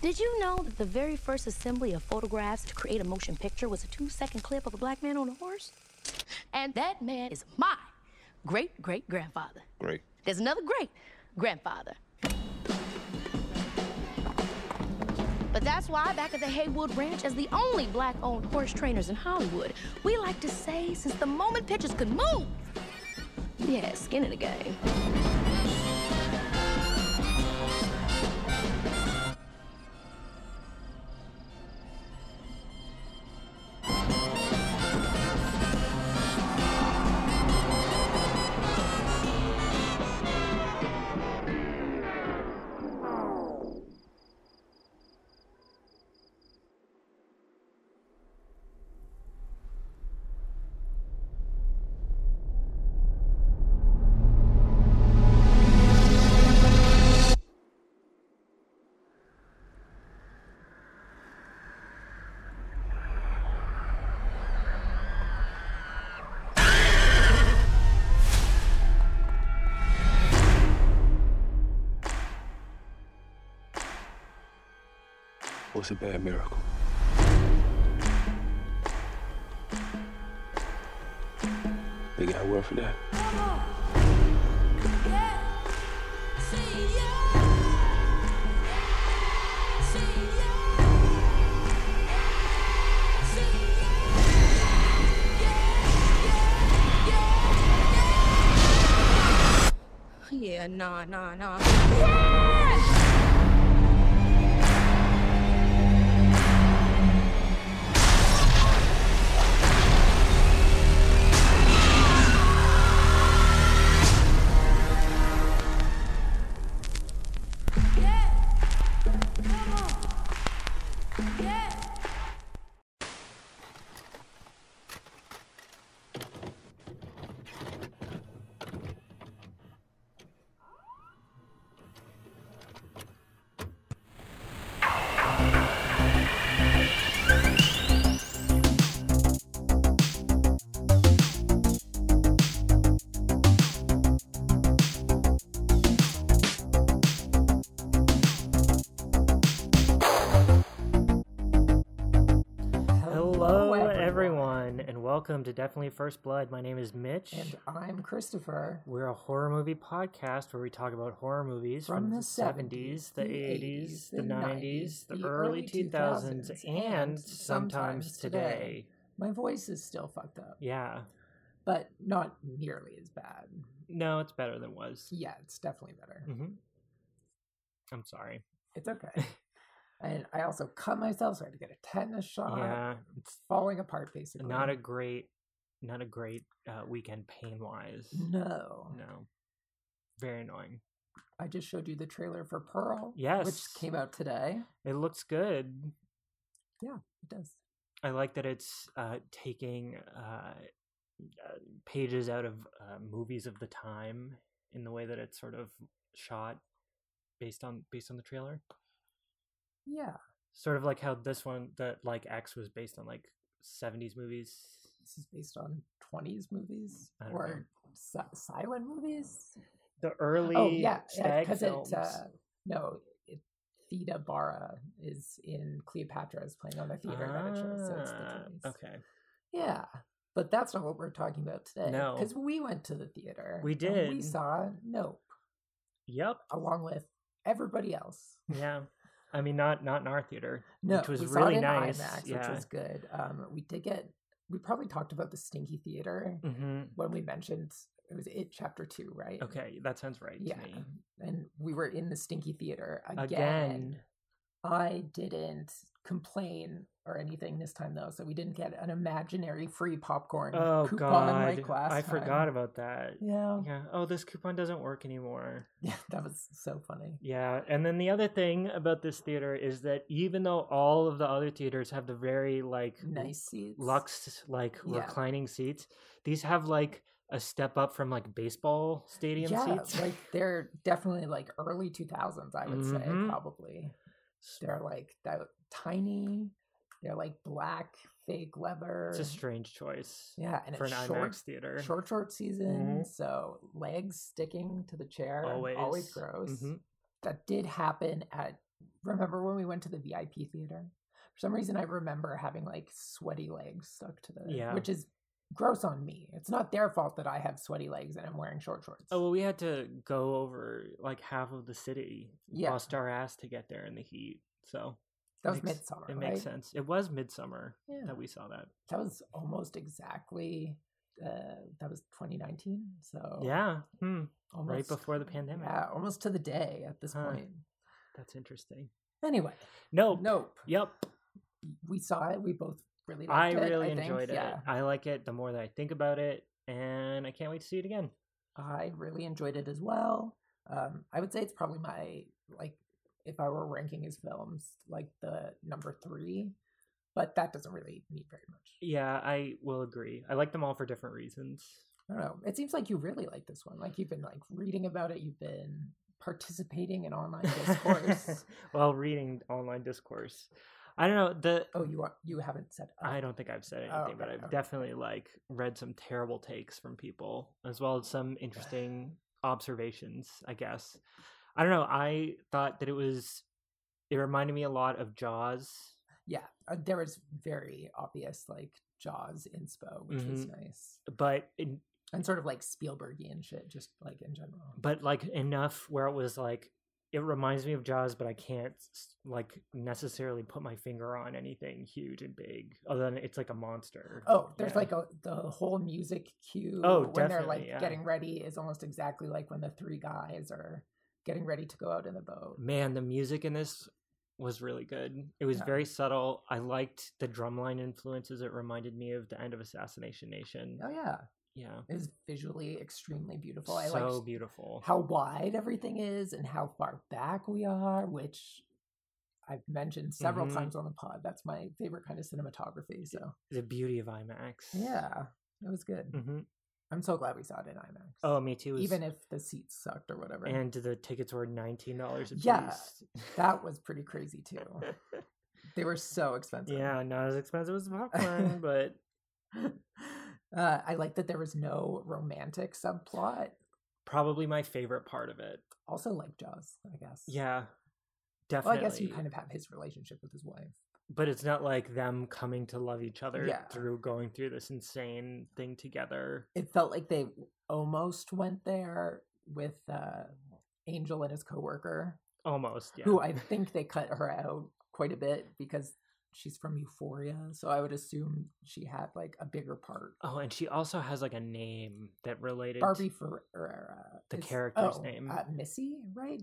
Did you know that the very first assembly of photographs to create a motion picture was a two second clip of a black man on a horse? And that man is my great great grandfather. Great. There's another great grandfather. But that's why back at the Haywood Ranch, as the only black owned horse trainers in Hollywood, we like to say since the moment pictures could move, yeah, skin in the game. was a bare miracle. They got word for that. Yeah, nah, nah, nah. Hello, everyone. everyone, and welcome to Definitely First Blood. My name is Mitch. And I'm Christopher. We're a horror movie podcast where we talk about horror movies From from, the the 70s, the 80s, the 90s, the early 2000s, and sometimes today. My voice is still fucked up, Yeah. but not nearly as bad. No, it's better than it was. Yeah, it's definitely better. hmm I'm sorry. It's okay. and I also cut myself, so I had to get a tetanus Uh, shot. yeah, It's falling apart, basically. not a great, not a great uh, weekend pain-wise. No. No, very annoying. I just showed you the trailer for Pearl. Yes. Which came out today. It looks good. It does. I like that it's uh, taking uh, uh, pages out of uh, movies of the time in the way that it's sort of shot based on based on the trailer. Yeah. Sort of like how this one that like X was based on like seventies movies. This is based on 20s movies I don't or si- silent movies. The early oh yeah stag because films. it uh, no it, theta barra is in cleopatra is playing on the theater that show so it's the Ah, 20s. okay. yeah but that's not what we're talking about today No. because we went to the theater We and we did. saw nope Yep. along with everybody else Yeah. I mean not not in our theater. no which was we really saw it in nice. IMAX, yeah. which was good um we did get we probably talked about the stinky theater hmm when we mentioned it was it chapter two right Okay, that sounds right yeah to me. and we were in the stinky theater again. Again. I didn't complain or anything this time though, so we didn't get an imaginary free popcorn Oh coupon god. like last I time. forgot about that. Yeah. Yeah. Oh, this coupon doesn't work anymore. yeah, that was so funny. Yeah. And then the other thing about this theater is that even though all of the other theaters have the very like l- Nice seats. luxe like Yeah. reclining seats, these have like a step up from like baseball stadium yeah, seats. like they're definitely like early two thousands. I would Mhm. say probably they're like that tiny. They're like black fake leather. it's a strange choice yeah, and for an it's short, IMAX theater. short short season, Mhm. so legs sticking to the chair always always gross. Mhm. that did happen at Remember when we went to the VIP theater? For some reason, I remember having like sweaty legs stuck to the, Yeah. which is gross on me. It's not their fault that I have sweaty legs and I'm wearing short shorts. Oh well, we had to go over like half of the city, Yeah. lost our ass to get there in the heat. So that was makes- midsummer. it right? makes sense. It was midsummer Yeah. that we saw that. That was almost exactly. Uh, that was 2019. So Yeah, hmm. almost, right before the pandemic. Yeah, almost to the day at this Huh. point. That's interesting. Anyway, Nope. nope. Yep. We saw it. We both really. I Liked it, really think. enjoyed it. Yeah, I like it the more that I think about it, and I can't wait to see it again. I really enjoyed it as well. Um, I would say it's probably my like if I were ranking his films, like the number three, but that doesn't really mean very much. Yeah, I will agree. I like them all for different reasons. I don't know. It seems like you really like this one. Like you've been like reading about it. You've been participating in online discourse. While reading online discourse, I don't know the. oh, you are, you haven't said. I don't think I've said anything, Oh, but okay, I've okay. definitely like read some terrible takes from people, as well as some interesting observations. I guess I don't know. I thought that it was. It reminded me a lot of Jaws. Yeah, uh, there was very obvious like Jaws inspo, which was Mm-hmm. nice, But in, and sort of like Spielbergian shit, just like in general. but like enough where it was like it reminds me of Jaws, but I can't s- like necessarily put my finger on anything huge and big. Other than it's like a monster. Oh, there's Yeah. like a the whole music cue Oh, when they're definitely, like yeah. getting ready is almost exactly like when the three guys are getting ready to go out in the boat. man, the music in this was really good. It was Yeah. very subtle. I liked the drumline influences. It reminded me of the end of Assassination Nation. Oh yeah, Yeah, it was visually extremely beautiful. I so like beautiful. how wide everything is and how far back we are, which I've mentioned several Mhm. times on the pod. That's my favorite kind of cinematography. So the beauty of IMAX. yeah, it was good. hmm I'm so glad we saw it in IMAX. Oh, me too. It was- even if the seats sucked or whatever. and the tickets were nineteen dollars a Yeah, piece. that was pretty crazy too. they were so expensive. Yeah, not as expensive as the popcorn, but Uh, I like that there was no romantic subplot. probably my favorite part of it. Also, like Jaws, I guess. Yeah, Well, definitely. I guess you kind of have his relationship with his wife. but it's not like them coming to love each other Yeah. through going through this insane thing together. It felt like they almost went there with uh, Angel and his coworker, Almost, yeah. who I think they cut her out quite a bit because she's from Euphoria. So I would assume she had like a bigger part. Oh, and she also has like a name that related. Barbie Ferreira. the is- character's oh, name. Uh, Missy, right?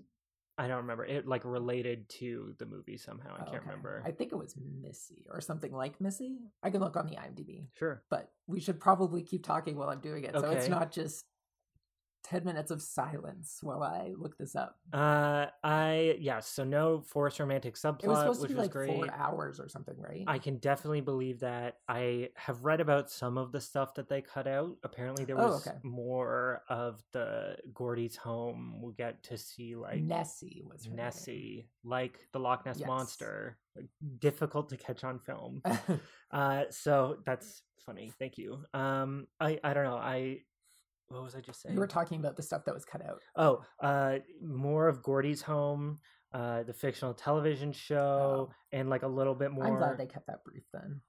I don't remember it. Like related to the movie somehow. I Oh, can't okay. remember. I think it was Missy or something like Missy. I can look on the IMDb, Sure. but we should probably keep talking while I'm doing it. So it's Okay. not just 10 minutes of silence while I look this up. Uh, I yeah. So no forced romantic subplot, It was supposed to which be was like great. four hours or something, right? I can definitely believe that. I have read about some of the stuff that they cut out. Apparently, there Oh, was okay. more of the Gordy's home. We'll get to see like Nessie was her name. Nessie, like the Loch Ness Yes. monster, difficult to catch on film. I Uh, so that's funny. Thank you. Um, I I don't know. I what was I just saying? you were talking about the stuff that was cut out. oh, uh, more of Gordy's home, uh, the fictional television show, and like a little bit more. I'm glad they kept that brief then.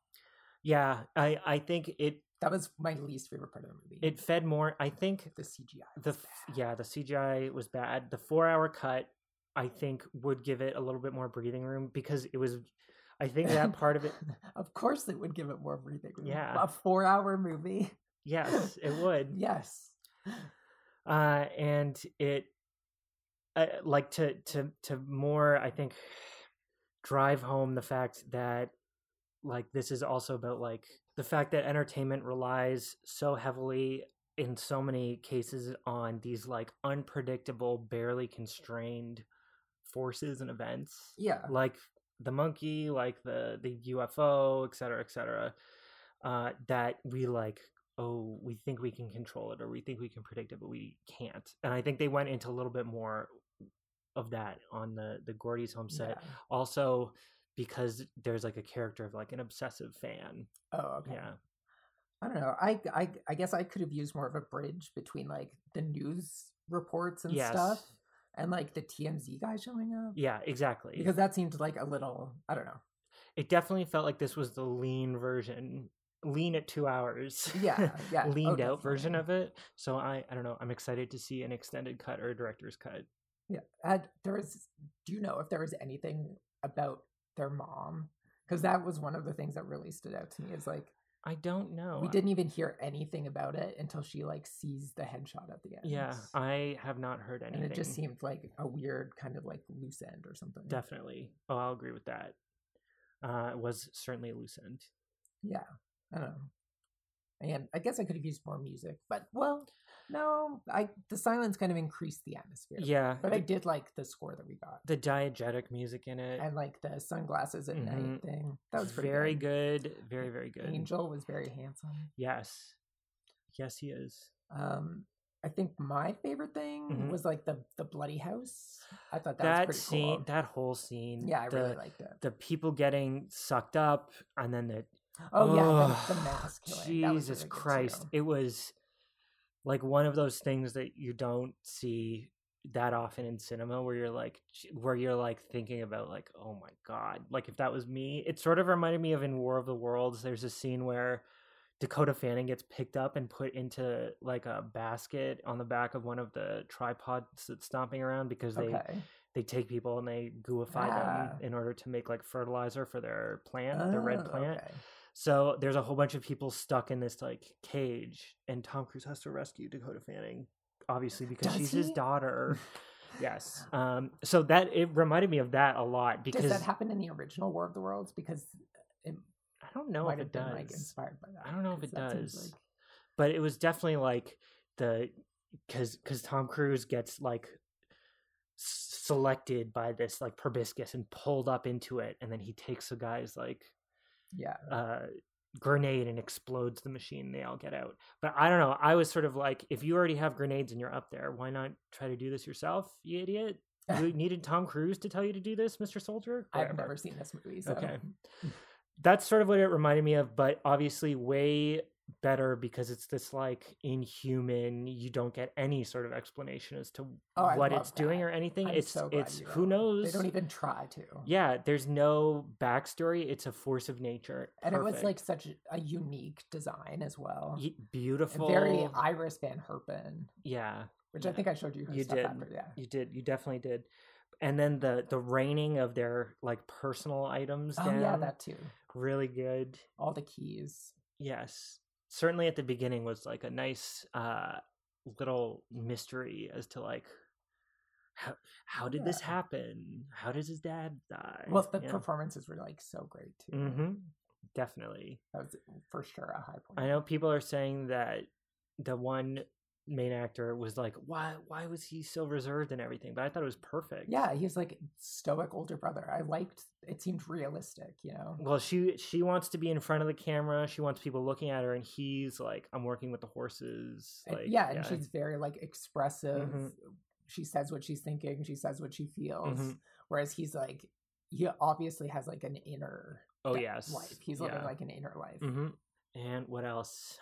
Yeah, I I think it That was my least favorite part of the movie. it fed more. I think the CGI. the was f- bad. yeah the CGI was bad. The four hour cut I think would give it a little bit more breathing room because it was. I think that part of it. of course, it would give it more breathing room. Yeah. a four-hour movie. Yes, it would. Yes, uh, and it uh, like to to to more I think drive home the fact that like this is also about like the fact that entertainment relies so heavily in so many cases on these like unpredictable barely constrained forces and events yeah. like the monkey, like the the UFO, et cetera, et cetera, uh, that we like. Oh, we think we can control it, or we think we can predict it, but we can't. And I think they went into a little bit more of that on the the Gordy's home set. Yeah. Also, because there's like a character of like an obsessive fan. Oh, okay. Yeah, I don't know. I, I I guess I could have used more of a bridge between like the news reports and yes, stuff and like the TMZ guy showing up. Yeah, exactly. Because that seemed like a little, I don't know. it definitely felt like this was the lean version, lean at two hours. Yeah, yeah. oh, leaned out version definitely. of it. So I, I don't know. I'm excited to see an extended cut or a director's cut. Yeah. Had, there was, do you know if there was anything about their mom? Because that was one of the things that really stood out to me is like, I don't know. we Oh, I- didn't even hear anything about it until she like sees the headshot at the end. Yeah, I have not heard anything. and it just seemed like a weird kind of like loose end or something. definitely. Oh, I'll agree with that. Uh, it was certainly a loose end. I don't know. And I guess I could have used more music, but well, no, I the silence kind of increased the atmosphere. Yeah, But the, I did like the score that we got. the diegetic music in it. And like the sunglasses at Mhm. night thing. That was pretty very good. Very very good. Angel was very handsome. Yes, yes, he is. Um I think my favorite thing Mhm. was like the the bloody house. I thought that, That, was pretty scene, cool. that whole scene. yeah, I the, really liked it. the people getting sucked up, and then the Oh, yeah, the, the Ugh, mass killing. that was Jesus really good, Christ. too. It was like one of those things that you don't see that often in cinema where you're like j- where you're like thinking about like oh my god like if that was me it sort of reminded me of in war of the worlds there's a scene where dakota fanning gets picked up and put into like a basket on the back of one of the tripods that's stomping around because they Okay. they take people and they gooify Ah. them in order to make like fertilizer for their plant their red Oh, plant okay. so there's a whole bunch of people stuck in this like cage, and Tom Cruise has to rescue Dakota Fanning, obviously because Does she's his he? daughter. yes. Um. So that it reminded me of that a lot because Does that happen in the original War of the Worlds? Because it I don't know might if have it been does, like inspired by that. I don't know if 'cause it that seems does. like- but it was definitely like the because because Tom Cruise gets like s- selected by this like proboscis and pulled up into it, and then he takes the guy's like yeah, uh, grenade and explodes the machine. They all get out. But I don't know. I was sort of like, if you already have grenades and you're up there, why not try to do this yourself, you idiot? You needed Tom Cruise to tell you to do this, Mr. Soldier? I've Whatever. never seen this movie. So. Okay. That's sort of what it reminded me of, but obviously way better because it's this like inhuman you don't get any sort of explanation as to Oh, I what love it's doing that. or anything I'm it's so glad it's you who don't. knows They don't e even try to. yeah there's no backstory it's a force of nature and it was Perfect. like such a unique design as well. Ye- A beautiful Very Iris Van Herpen, yeah which I Yeah. think I showed you. Her You stuff did. After, yeah. You did. You definitely did. And then the the raining of their like personal items Oh down. yeah, that too. really good. All the keys. Yes, certainly at the beginning was like a nice uh little mystery as to like how how did this Yeah. happen? How does his dad die? Well, the performances were like so great too. hmm Definitely. That was for sure a high point. I know people are saying that the one main actor was like, why why was he so reserved and everything? But I thought it was perfect. Yeah, he was like stoic older brother. I liked. It seemed realistic, you know. well she she wants to be in front of the camera she wants people looking at her and he's like i'm working with the horses And- like Mm-hmm. yeah, and she's very like expressive. Mhm. She says what she's thinking. She says what she feels. Mhm. Whereas he's like, he obviously has like an inner oh de- yes life. He's living like an inner life. hmm and what else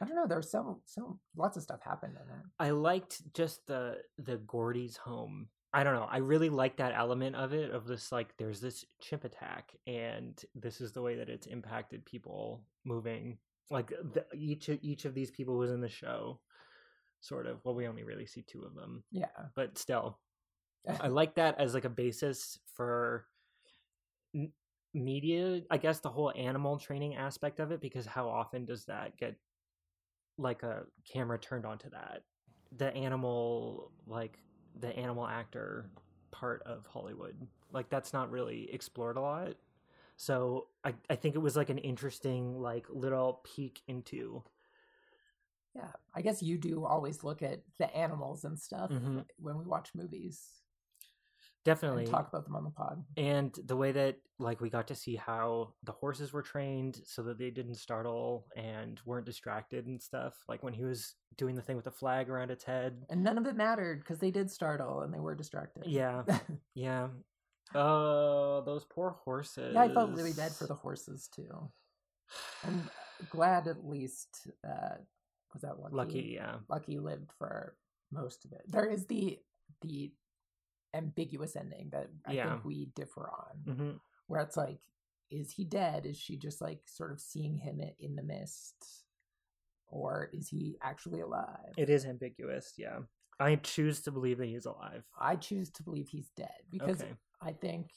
I don't know. There's so so lots of stuff happened in it. i liked just the the gordy's home i don't know i really like that element of it of this like there's this chimp attack and this is the way that it's impacted people moving like the, each of- each of these people was in the show sort of well we only really see two of them Yeah, but still i like that as like a basis for m- media i guess the whole animal training aspect of it because how often does that get like a camera turned onto that the animal like the animal actor part of hollywood like that's not really explored a lot so i, I think it was like an interesting like little peek into yeah. I guess you do always look at the animals and stuff Mhm. when we watch movies definitely and talk about them on the pod. and the way that like we got to see how the horses were trained so that they didn't startle and weren't distracted and stuff like when he was doing the thing with the flag around its head And none of it mattered because they did startle and they were distracted. Yeah. yeah uh those poor horses yeah, I felt really bad for the horses too. I'm glad at least uh was that lucky. lucky yeah Lucky lived for most of it. There is the the ambiguous ending that I Yeah. think we differ on, hmm where it's like, is he dead? Is she just like sort of seeing him i- in the mist, or is he actually alive? It is ambiguous, yeah. I choose to believe that he's alive. I choose to believe he's dead because okay. I think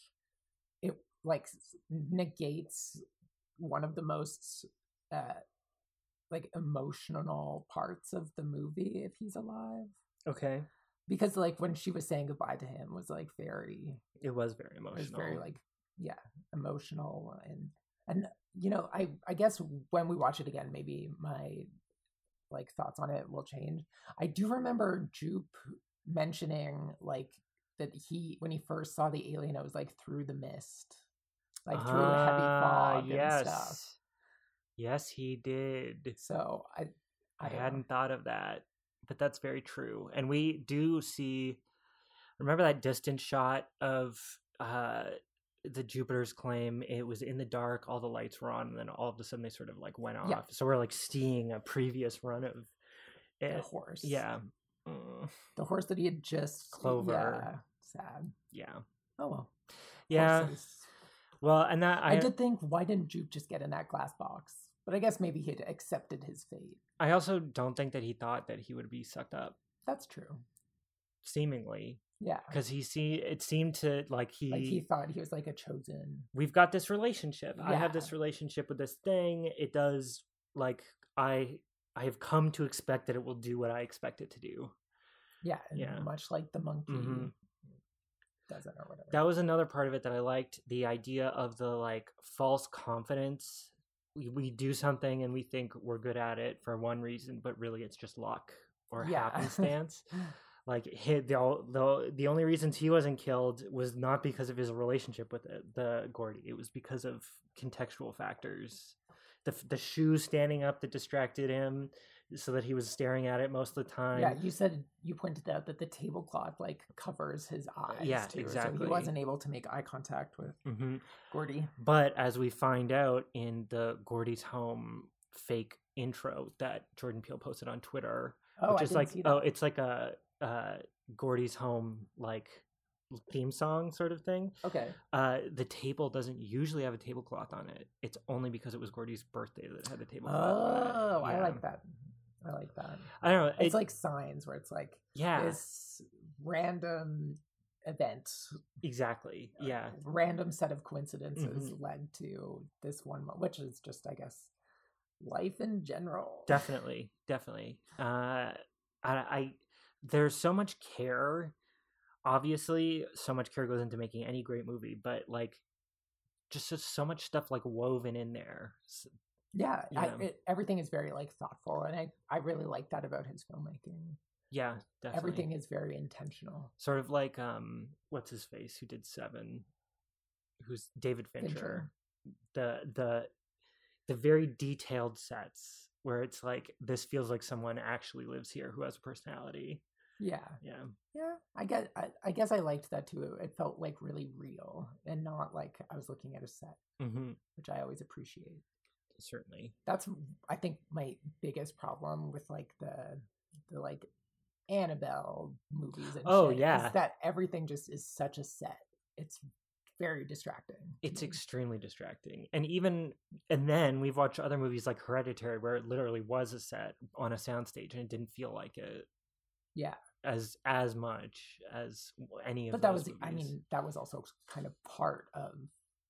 it like s- negates one of the most uh like emotional parts of the movie if he's alive Okay. because like when she was saying goodbye to him was like very It was very it emotional. was very like yeah emotional and and you know I I guess when we watch it again maybe my like thoughts on it will change. I do remember Jupe mentioning like that he when he first saw the alien it was like through the mist like through a heavy Ah, fog and stuff Yes, he did. so i I, i, don't know. hadn't thought of that, but that's very true. And we do see remember that distant shot of uh the Jupiter's claim it was in the dark, all the lights were on, and then all of a sudden they sort of like went off. Yeah. So we're like seeing a previous run of the it. horse eh, Yeah. Mm, the horse that he had just Clover. yeah, sad yeah. oh well Yeah. horses. Well, and that I, I, did think why didn't jupe just get in that glass box but i guess maybe he'd accepted his fate I also don't think that he thought that he would be sucked up, that's true seemingly, yeah because he see it seemed to like he, like he thought he was like a chosen we've got this relationship. I have Yeah. this relationship with this thing. It does like I I have come to expect that it will do what I expect it to do. yeah and Yeah. much like the monkey Mhm. does it or whatever That was another part of it that I liked the idea of the like false confidence. We, we do something and we think we're good at it for one reason, but really it's just luck or Yeah. happenstance. like he, the, o- the the only reasons he wasn't killed was not because of his relationship with the, the Gordy. It was because of contextual factors. The f- the shoe standing up that distracted him, so that he was staring at it most of the time. Yeah, you said you pointed out that the tablecloth like covers his eyes. Uh, yeah, too, So exactly. he wasn't able to make eye contact with hmm Gordy. But as we find out in the Gordy's home fake intro that Jordan Peele posted on Twitter, Oh, which I is didn't like see that. oh, it's like a uh, Gordy's home like theme song sort of thing. okay. uh, the table doesn't usually have a tablecloth on it. It's only because it was Gordy's birthday that it had the tablecloth. Oh, on it. I Yeah. like that. I like that. I don't know. It's it- like signs where it's like yeah, this random event, exactly. Yeah, random set of coincidences Mhm. led to this one, mo- which is just, I guess, life in general. definitely, definitely. Uh, I, I there's so much care. Obviously, so much care goes into making any great movie, but like, just so- so much stuff like woven in there. S- Yeah, I, Yeah. it, everything is very like thoughtful, and I I really like that about his filmmaking. Yeah, definitely. everything is very intentional. sort of like um, what's his face who did Seven, who's David Fincher. Venture. the the the very detailed sets where it's like this feels like someone actually lives here who has a personality. Yeah, Yeah. yeah. I guess I, I guess I liked that too. It felt like really real and not like I was looking at a set, Mm-hmm. which I always appreciate. Certainly. That's I think my biggest problem with like the the like Annabelle movies and Oh, shit, yeah. is that everything just is such a set. It's very distracting. to It's me. extremely distracting. And even and then we've watched other movies like Hereditary where it literally was a set on a soundstage and it didn't feel like it. Yeah. As as much as w- any of but that was those I movies. mean that was also kind of part of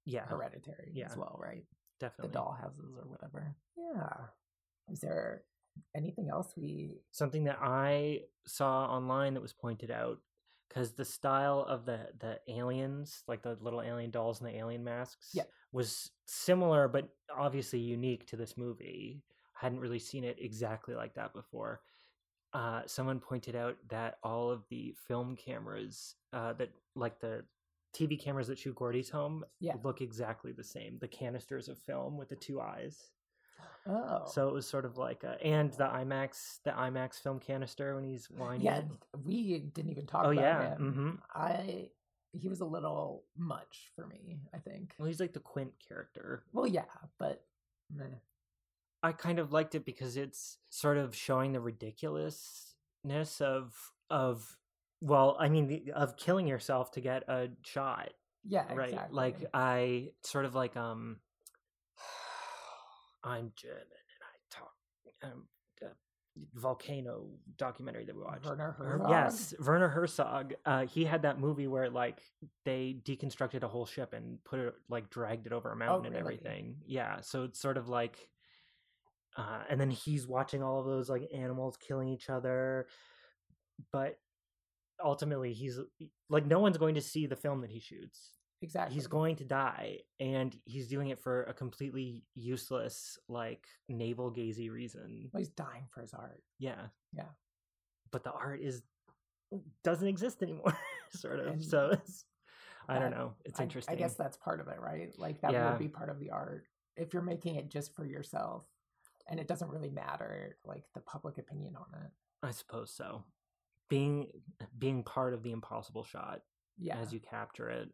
yeah, Hereditary Yeah. as well, right? the definitely. dollhouses or whatever. Yeah. Is there anything else we? something that I saw online that was pointed out because the style of the the aliens, like the little alien dolls and the alien masks, Yeah. was similar but obviously unique to this movie. I hadn't really seen it exactly like that before. Uh, someone pointed out that all of the film cameras uh, that like the TV cameras that shoot Gordy's home Yeah. look exactly the same. The canisters of film with the two eyes. Oh, So it was sort of like, a, and the IMAX, the IMAX film canister when he's whining. yeah, we didn't even talk oh about yeah. him. hmm I he was a little much for me. I think. Well, he's like the Quint character. Well, yeah, but meh. I kind of liked it because it's sort of showing the ridiculousness of of well i mean the- of killing yourself to get a shot Yeah, right exactly. like uh, i sort of like um i'm german and i talk um, uh, volcano documentary that we watched Werner Her- Herzog. Yes, Werner Herzog. Uh, he had that movie where like they deconstructed a whole ship and put it like dragged it over a mountain and Oh, really? everything. Yeah, so it's sort of like, uh, and then he's watching all of those like animals killing each other, but ultimately he's like no one's going to see the film that he shoots. exactly. He's going to die, and he's doing it for a completely useless like navel gazy reason. Well, he's dying for his art. Yeah. Yeah. But the art is doesn't exist anymore, sort of. And so it's, I don't that- know. It's I- interesting. I, guess that's part of it, right? Like that Yeah. would be part of the art. If you're making it just for yourself and it doesn't really matter like the public opinion on it. I suppose so. Being being part of the impossible shot Yeah. as you capture it,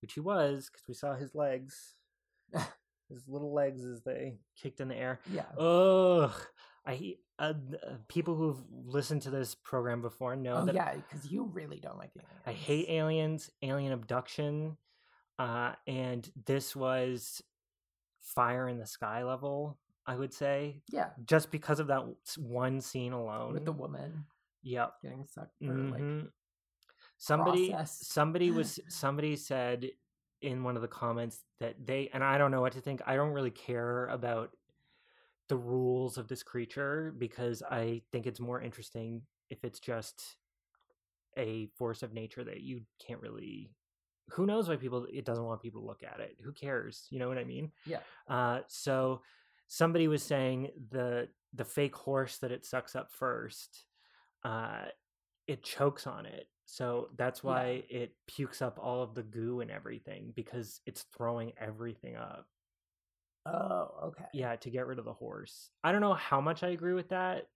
which he was, because we saw his legs, his little legs as they kicked in the air. yeah. Ugh. I he- uh, uh, people who've listened to this program before know Oh, that yeah, because you really don't like it. I hate aliens, alien abduction, uh, and this was fire in the sky level. I would say Yeah. just because of that w- s- one scene alone. With the woman yep. getting sucked for like mhm. somebody, process. somebody was somebody said in one of the comments that they and I don't know what to think. I don't really care about the rules of this creature because I think it's more interesting if it's just a force of nature that you can't really who knows why people it doesn't want people to look at it who cares you know what i mean Yeah. uh so somebody was saying the the fake horse that it sucks up first uh it chokes on it so that's Yeah. why it pukes up all of the goo and everything because it's throwing everything up Oh, okay. yeah to get rid of the horse i don't know how much i agree with that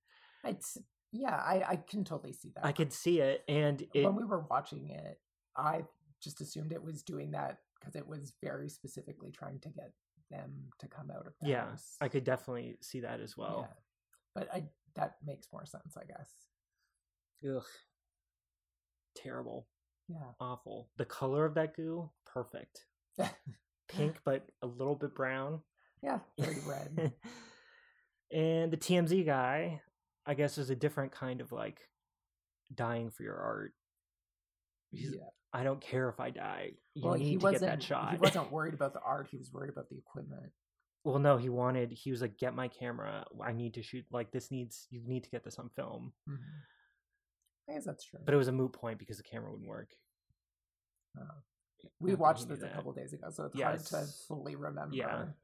It's yeah, I, I can totally see that. i could see it and it when we were watching it, I just assumed it was doing that because it was very specifically trying to get them to come out of the Yeah, house. i could definitely see that as well Yeah. But I that makes more sense, I guess. Ugh. Terrible. Yeah. Awful. The color of that goo, perfect. Pink, but a little bit brown. Yeah, very red. and the TMZ guy, I guess, is a different kind of like dying for your art. He's- yeah. I don't care if I die. You Well, need he to wasn't get that shot. he wasn't worried about the art, he was worried about the equipment. well, no, he wanted. He was like, "Get my camera. I need to shoot. Like this needs. You need to get this on film." Mhm. I guess that's true. But it was a moot point because the camera wouldn't work. Uh, we I think watched he knew this a that. couple days ago, so it's hard to Yes. fully remember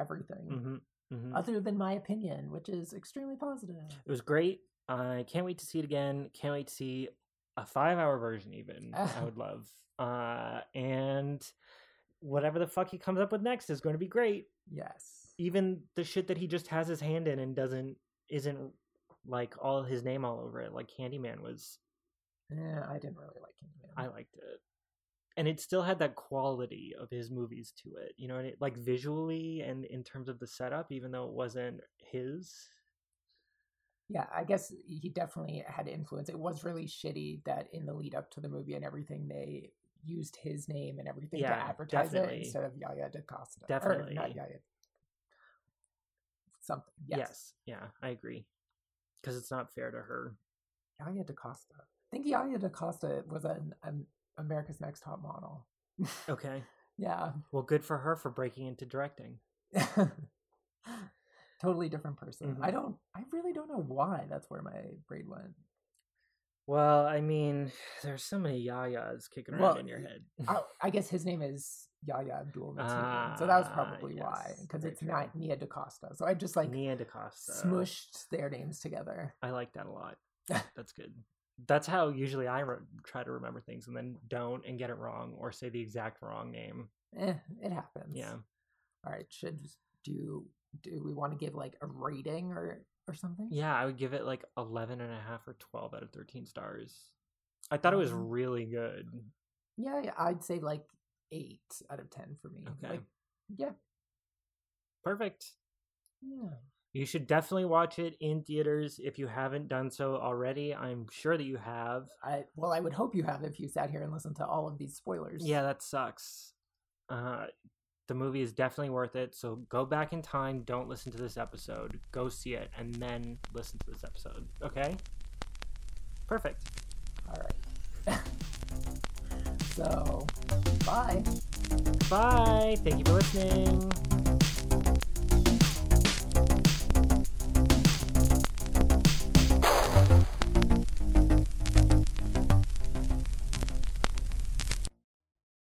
everything. hmm hmm Other than my opinion, which is extremely positive. It was great. I can't wait to see it again. Can't wait to see a five hour version, even. I would love. Uh, and whatever the fuck he comes up with next is going to be great. Yes. Even the shit that he just has his hand in and doesn't, isn't like all his name all over it. Like Candyman was, Yeah, Eh, I didn't really like him. I liked it. And it still had that quality of his movies to it, you know, and it, like visually and in terms of the setup, even though it wasn't his. Yeah, I guess he definitely had influence. It was really shitty that in the lead up to the movie and everything, they used his name and everything to Yeah, advertise definitely. it instead of Yaya DaCosta. or Definitely. not Yaya. Something. Yes. Yes. Yeah, I agree. Because it's not fair to her. Yaya DaCosta. I think Yaya DaCosta was an, an America's Next Top Model. Okay. yeah. Well, good for her for breaking into directing. totally different person. I Mhm. don't, I really don't know why that's where my brain went. Well, I mean, there's so many yayas kicking around Well, in your head. I, I guess his name is Yaya Abdul Mateen, so that was Ah, probably why, yes, because very it's true. not Nia DaCosta. So I just like Nia DaCosta. smushed their names together. I like that a lot. That's good. That's how usually I re- try to remember things and then don't and get it wrong or say the exact wrong name. Eh, it happens. Yeah. All right. Should do do we want to give like a rating or or something? Yeah, I would give it like 11 and a half or 12 out of 13 stars. I thought it was Um, really good. Yeah. yeah, I'd say like eight out of ten for me. Okay. Like, yeah. Perfect. Yeah. You should definitely watch it in theaters if you haven't done so already. I'm sure that you have. I well, I would hope you have if you sat here and listened to all of these spoilers. Yeah, that sucks. Uh, the movie is definitely worth it. So go back in time. Don't listen to this episode. Go see it and then listen to this episode. Okay? Perfect. All right. so, bye. Bye. Thank you for listening.